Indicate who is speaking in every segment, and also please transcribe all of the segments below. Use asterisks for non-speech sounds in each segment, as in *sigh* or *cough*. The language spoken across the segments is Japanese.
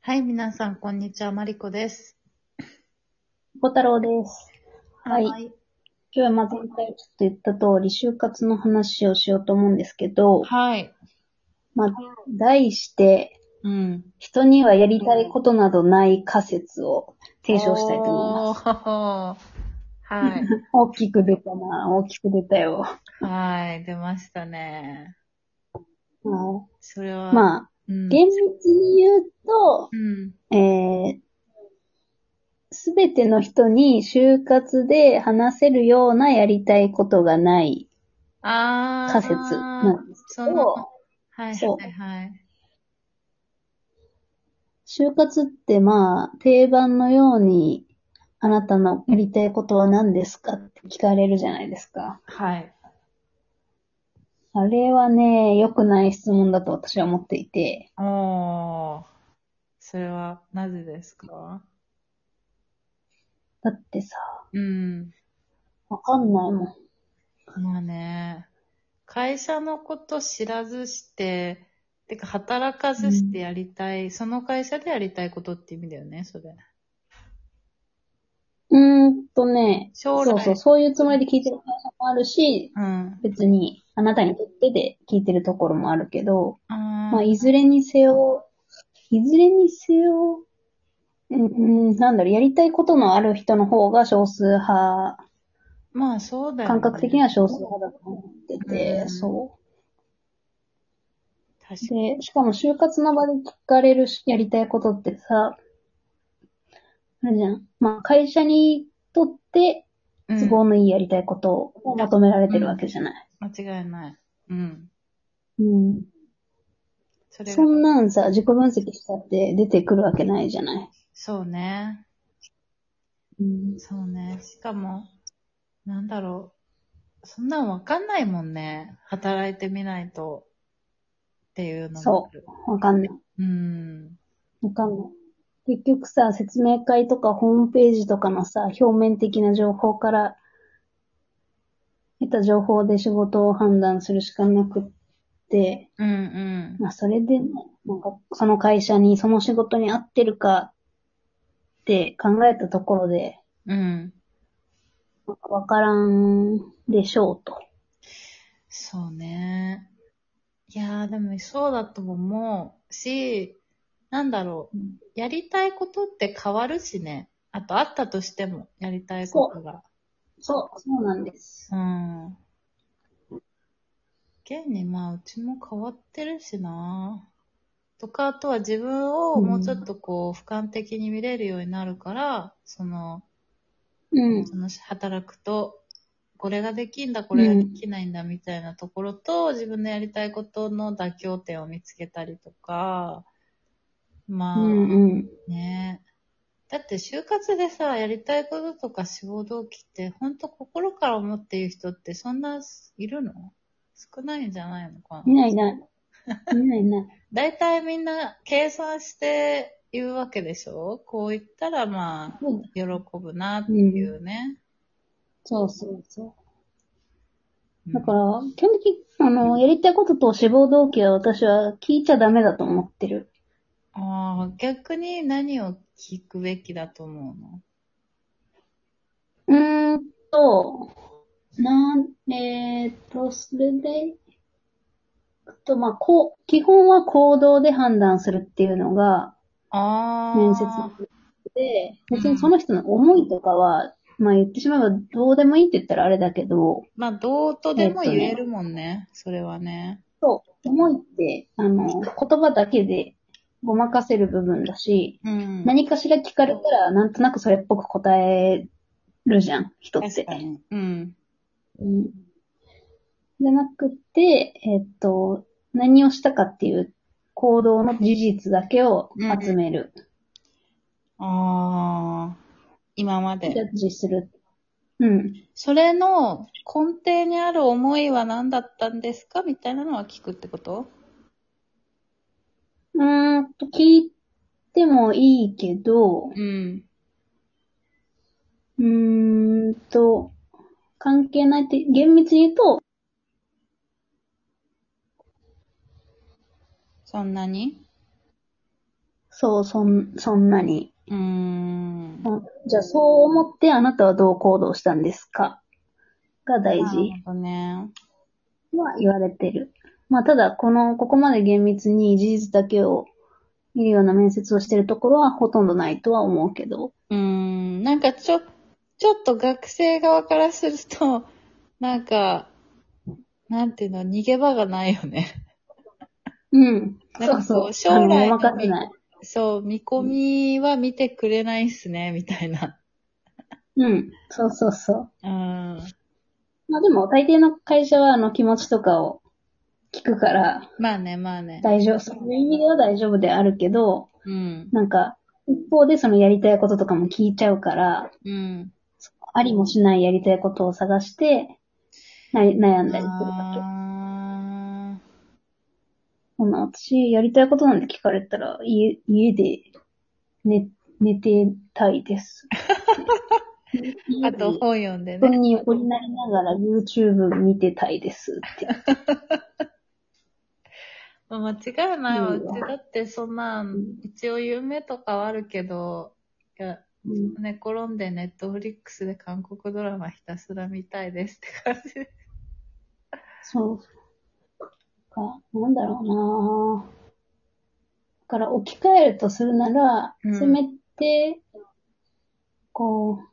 Speaker 1: はい、皆さん、こんにちは。マリコです。
Speaker 2: 小太郎です。はい
Speaker 1: い。
Speaker 2: 今日はまあ前回ちょっと言った通り、就活の話をしようと思うんですけど、
Speaker 1: はい。
Speaker 2: まあ、題して、
Speaker 1: うん。
Speaker 2: 人にはやりたいことなどない仮説を提唱したいと思います。
Speaker 1: ます。はい。
Speaker 2: 大きく出たな、大きく出たよ。
Speaker 1: はい、出ましたね。
Speaker 2: は
Speaker 1: それは、
Speaker 2: いまあ、
Speaker 1: うん、
Speaker 2: 厳密に言うと、
Speaker 1: うん。
Speaker 2: えすべての人に就活で話せるようなやりたいことがない
Speaker 1: あー。
Speaker 2: 仮説なんです
Speaker 1: その、はい、
Speaker 2: そう
Speaker 1: はい、はい。
Speaker 2: 就活ってまあ、定番のように、あなたのやりたいことは何ですかって聞かれるじゃないですか。
Speaker 1: はい。
Speaker 2: あれはね、良くない質問だと私は思っていて、
Speaker 1: おー。それは、なぜですか
Speaker 2: だってさ、
Speaker 1: うん。
Speaker 2: わかんないもん。
Speaker 1: まあね、会社のこと知らずして、てか働かずしてやりたい、その会社でやりたいことって意味だよね、それ。
Speaker 2: うーんとね、
Speaker 1: 将来
Speaker 2: そうそう、そういうつもりで聞いてる会社もあるし、
Speaker 1: うん。
Speaker 2: 別にあなたにとってで聞いてるところもあるけど、
Speaker 1: あー
Speaker 2: まあ、いずれにせよ、いずれにせよ、うんうん、なんだろう、やりたいことのある人の方が少数派
Speaker 1: まあそうだよ、ね。
Speaker 2: 感覚的には少数派だと思ってて、
Speaker 1: うん
Speaker 2: そ
Speaker 1: 確
Speaker 2: う。で、しかも就活の場で聞かれるしやりたいことってさ、あれじゃん。まあ、会社にとって
Speaker 1: かに。
Speaker 2: 都合のいいやりたいことを求められてるわけじゃない。
Speaker 1: うん、間違いない。うん。
Speaker 2: うん。
Speaker 1: それが
Speaker 2: そんなんさ、自己分析したって出てくるわけないじゃない。
Speaker 1: そうね。
Speaker 2: うん。
Speaker 1: そうね。しかも、なんだろう。そんなんわかんないもんね。働いてみないと。っていうのもある。
Speaker 2: わかんない。
Speaker 1: うん。
Speaker 2: わかんない。結局さ、説明会とかホームページとかのさ、表面的な情報から、得た情報で仕事を判断するしかなくって、
Speaker 1: うんうん。
Speaker 2: まあそれでね、なんかその会社にその仕事に合ってるかって考えたところで、
Speaker 1: うん。
Speaker 2: なんかわからんでしょうと。
Speaker 1: そうね。いやー、でもそうだとも思うし、なんだろう
Speaker 2: うん。
Speaker 1: やりたいことって変わるしね。あと、あったとしても、やりたいことが。
Speaker 2: そう、そうなんです。
Speaker 1: うん。現に、まあ、うちも変わってるしな。とか、あとは自分をもうちょっとこう、俯瞰的に見れるようになるから、その、
Speaker 2: うん。
Speaker 1: その働くと、これができんだ、これができないんだ、みたいなところと、自分のやりたいことの妥協点を見つけたりとか、まあ、
Speaker 2: うんうん。
Speaker 1: ね。だって就活でさ、やりたいこととか志望動機って、ほんと心から思っている人ってそんないるの少ないんじゃないのか
Speaker 2: 見
Speaker 1: な。
Speaker 2: ないいない。見ないい *laughs* ない。
Speaker 1: 大体みんな計算して言うわけでしょこう言ったらまあ、
Speaker 2: うん
Speaker 1: 喜ぶなっていうね。
Speaker 2: そうそうそう。
Speaker 1: うん
Speaker 2: だから、基本的に、あの、やりたいことと志望動機は私は聞いちゃダメだと思ってる。
Speaker 1: ああ、逆に何を聞くべきだと思うの
Speaker 2: うーんと、なん、えーっと、それで、あと、まあ、こう、基本は行動で判断するっていうのが、
Speaker 1: ああ。
Speaker 2: 面接で、別にその人の思いとかは、まあ言ってしまえばどうでもいいって言ったらあれだけど、
Speaker 1: まあ、どうとでも言えるもんね。それはね。
Speaker 2: そう、思いって、あの、言葉だけでごまかせる部分だし、
Speaker 1: うん。
Speaker 2: 何かしら聞かれたら、なんとなくそれっぽく答えるじゃん、人っ
Speaker 1: 確
Speaker 2: て
Speaker 1: か。に。うん。
Speaker 2: うんじゃなくて、えっと、何をしたかっていう行動の事実だけを集める、
Speaker 1: ああ。今ま
Speaker 2: ジ
Speaker 1: で。
Speaker 2: ャッジする。うん。
Speaker 1: それの根底にある思いは何だったんですかみたいなのは聞くってこと
Speaker 2: うーんと、聞いてもいいけど、う
Speaker 1: うん。
Speaker 2: ーんと、関係ないって、厳密に言うと、
Speaker 1: そんなに
Speaker 2: そう、そん、そんなに。
Speaker 1: うーん。
Speaker 2: じゃあ、そう思ってあなたはどう行動したんですかが大
Speaker 1: な
Speaker 2: 事
Speaker 1: る。ほどね。
Speaker 2: は言われてる。まあ、ただ、この、ここまで厳密に事実だけを見るような面接をしてるところはほとんどないとは思うけど。
Speaker 1: うーん、なんかちょ、ちょっと学生側からすると、 *laughs* なんか、なんていうの、逃げ場がないよね。 *laughs*
Speaker 2: うん。
Speaker 1: なんか
Speaker 2: そ
Speaker 1: こう
Speaker 2: うそう。
Speaker 1: 将来の
Speaker 2: あのごまかせない。
Speaker 1: そう、見込みは見てくれないっすね、みたいな。
Speaker 2: うん。そうそうそう。
Speaker 1: うん。
Speaker 2: まあでも、大抵の会社は、あの、気持ちとかを聞くから、
Speaker 1: まあね、まあね。
Speaker 2: 大丈夫、そういう意味では大丈夫であるけど、
Speaker 1: うん。
Speaker 2: なんか、一方でそのやりたいこととかも聞いちゃうから、
Speaker 1: うん。
Speaker 2: ありもしないやりたいことを探して、な悩んだりするわけ。
Speaker 1: あ
Speaker 2: そんな私、やりたいことなんて聞かれたら、家、家で、寝、寝てたいです。
Speaker 1: ー *laughs* あと本読んで
Speaker 2: 布団
Speaker 1: ね。
Speaker 2: に横になりながら YouTube 見てたいですって。
Speaker 1: まあ間違いないわ。う
Speaker 2: う
Speaker 1: んちだってそんなん、一応夢とかはあるけど、いや
Speaker 2: うん
Speaker 1: 寝転んでネットフリックスで韓国ドラマひたすら見たいですって感じ。
Speaker 2: そう。か、なんだろうなぁだから置き換えるとするなら、
Speaker 1: うん
Speaker 2: せめて、こう、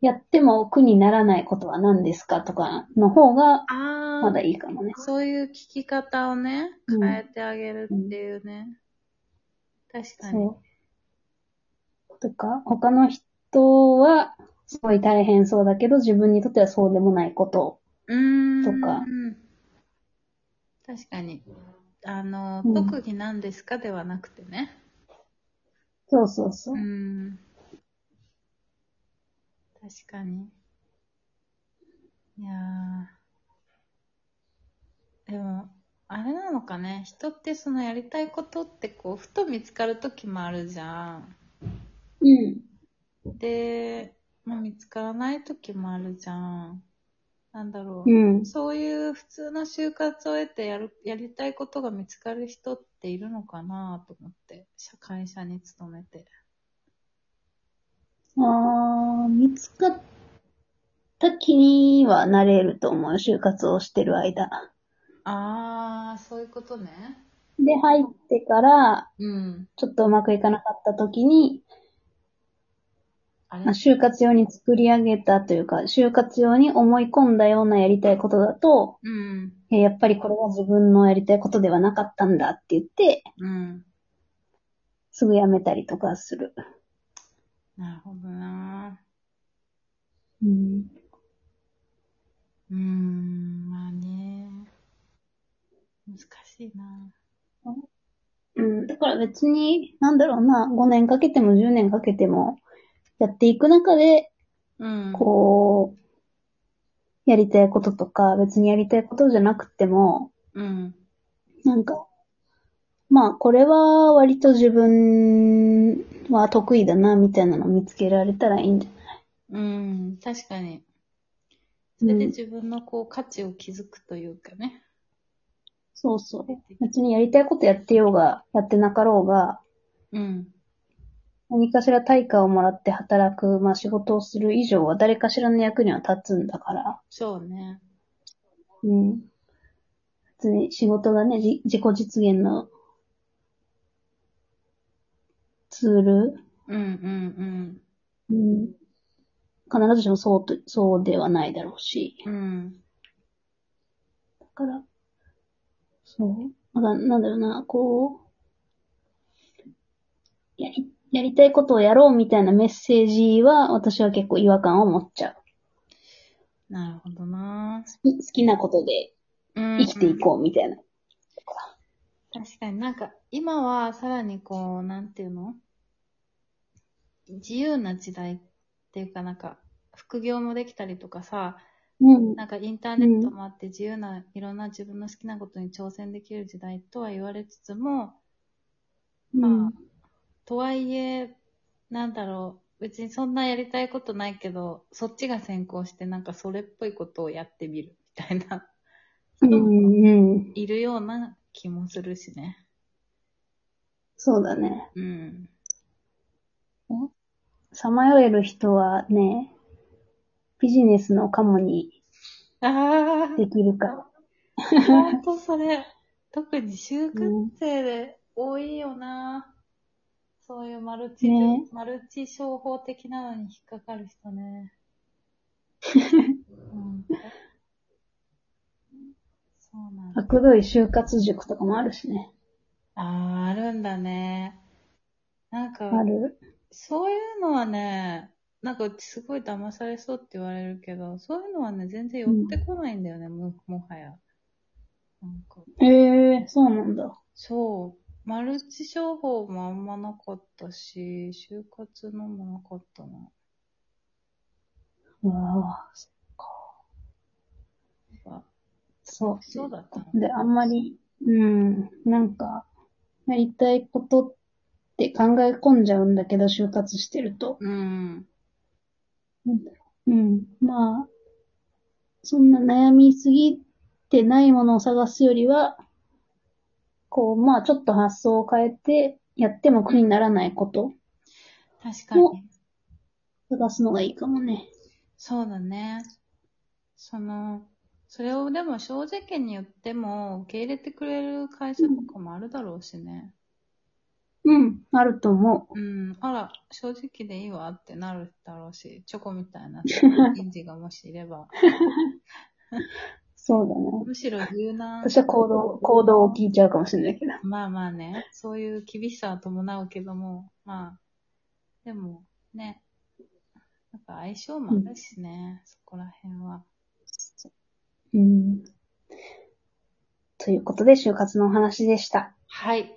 Speaker 2: やっても苦にならないことは何ですかとかの方が、
Speaker 1: あ
Speaker 2: まだいいかもね。
Speaker 1: そういう聞き方をね、
Speaker 2: うん
Speaker 1: 変えてあげるっていうね。確かに。
Speaker 2: そう。とか、他の人は、すごい大変そうだけど、自分にとってはそうでもないこと。
Speaker 1: うーん。
Speaker 2: とか。
Speaker 1: 確かに。あの、
Speaker 2: うん
Speaker 1: 特技なんですかではなくてね。
Speaker 2: そうそうそう
Speaker 1: う。ん。確かに。いやー。でも、あれなのかね。人ってそのやりたいことってこう、ふと見つかるときもあるじゃん。
Speaker 2: うん。
Speaker 1: で、まあ、見つからない時もあるじゃん。なんだろう。
Speaker 2: うん。
Speaker 1: そういう普通の就活を得てやる、やりたいことが見つかる人っているのかなと思って、社会社に勤めて。
Speaker 2: あー、見つかった気にはなれると思う。就活をしてる間。
Speaker 1: あー、そういうことね。
Speaker 2: で、入ってから、
Speaker 1: うん。
Speaker 2: ちょっとうまくいかなかった時に、
Speaker 1: あれ
Speaker 2: まあ就活用に作り上げたというか、就活用に思い込んだようなやりたいことだと、
Speaker 1: うん。
Speaker 2: えやっぱりこれは自分のやりたいことではなかったんだって言って、
Speaker 1: うん。
Speaker 2: すぐ辞めたりとかする。
Speaker 1: なるほどな
Speaker 2: うん。
Speaker 1: うーん、まあね。難しいな
Speaker 2: うん、だから別に、なんだろうな、5年かけても10年かけても、やっていく中で、
Speaker 1: うん。
Speaker 2: こう、やりたいこととか、別にやりたいことじゃなくても、
Speaker 1: うん。
Speaker 2: なんか、まあ、これは割と自分は得意だな、みたいなの見つけられたらいいんじゃ
Speaker 1: うん、確かに。そ
Speaker 2: な
Speaker 1: れ
Speaker 2: い、
Speaker 1: で
Speaker 2: うん、
Speaker 1: 自分のこう価値を築くというかね。
Speaker 2: そうそう。別にやりたいことやってようが、やってなかろうが、
Speaker 1: うん。
Speaker 2: 何かしら対価をもらって働く、まあ仕事をする以上は誰かしらの役には立つんだから、
Speaker 1: そうね。
Speaker 2: うん。別に仕事がね、じ自己実現のツール、
Speaker 1: うんうん
Speaker 2: うん、必ずしもそうと、そうではないだろうし、
Speaker 1: うん。うん。
Speaker 2: だから、そう、なんかなんだろうな、こう、やり、やりたいことをやろうみたいなメッセージは私は結構違和感を持っちゃう。
Speaker 1: なるほどな
Speaker 2: 好き好きなことで
Speaker 1: 生
Speaker 2: 生きていこうみたいな。
Speaker 1: うん。確かになんか、今はさらにこう、なんていうの自由な時代っていうかなんか、副業もできたりとかさ、
Speaker 2: うん。
Speaker 1: なんかインターネットもあって自由な、いろんな自分の好きなことに挑戦できる時代とは言われつつも、
Speaker 2: うん。
Speaker 1: とはいえ、なんだろう、別にそんなやりたいことないけど、そっちが先行して、なんかそれっぽいことをやってみるみたいな、
Speaker 2: うん。うん。
Speaker 1: いるような気もするしね。
Speaker 2: そうだね。
Speaker 1: うん。
Speaker 2: さまよえる人はね、ビジネスのカモに
Speaker 1: あ
Speaker 2: できるか。
Speaker 1: あ、ほんとそれ。特に就活生で多いよな。そういうマルチ、
Speaker 2: ね
Speaker 1: マルチ商法的なのに引っかかる人ね。うん、そうなんだ。
Speaker 2: 悪どい就活塾とかもあるしね。
Speaker 1: ああ、あるんだね。なんか、
Speaker 2: ある。
Speaker 1: そういうのはね、なんかうちすごい騙されそうって言われるけど、そういうのはね、全然寄ってこないんだよね、ももはや。なんか、
Speaker 2: ええそうなんだ。
Speaker 1: そう、マルチ商法もあんまなかったし、就活のもなかったな。
Speaker 2: わ
Speaker 1: あ
Speaker 2: あ、そう。
Speaker 1: そうだったの
Speaker 2: で、あんまり、うん、なんか、やりたいことって考え込んじゃうんだけど、就活してると。
Speaker 1: うん。
Speaker 2: うん、まあ、そんな悩みすぎてないものを探すよりは、こう、まあ、ちょっと発想を変えて、やっても苦にならないこと
Speaker 1: 確かに。
Speaker 2: お探すのがいいかもね。
Speaker 1: そうだね。その、それをでも正直に言っても、受け入れてくれる会社とかもあるだろうしね。
Speaker 2: うん、あると思
Speaker 1: うん、あら、正直でいいわってなるだろうし、チョコみた *laughs* いな人事がもしいれば、
Speaker 2: う。そうだね。
Speaker 1: むしろ柔 *laughs* 軟、
Speaker 2: 私は行動、行動を聞いちゃうかもしれないけど。
Speaker 1: まあまあね、そういう厳しさは伴うけども、まあ、でもね、なんか相性もあるしね、そこら辺は。
Speaker 2: うん。ということで、就活のお話でした。
Speaker 1: はい。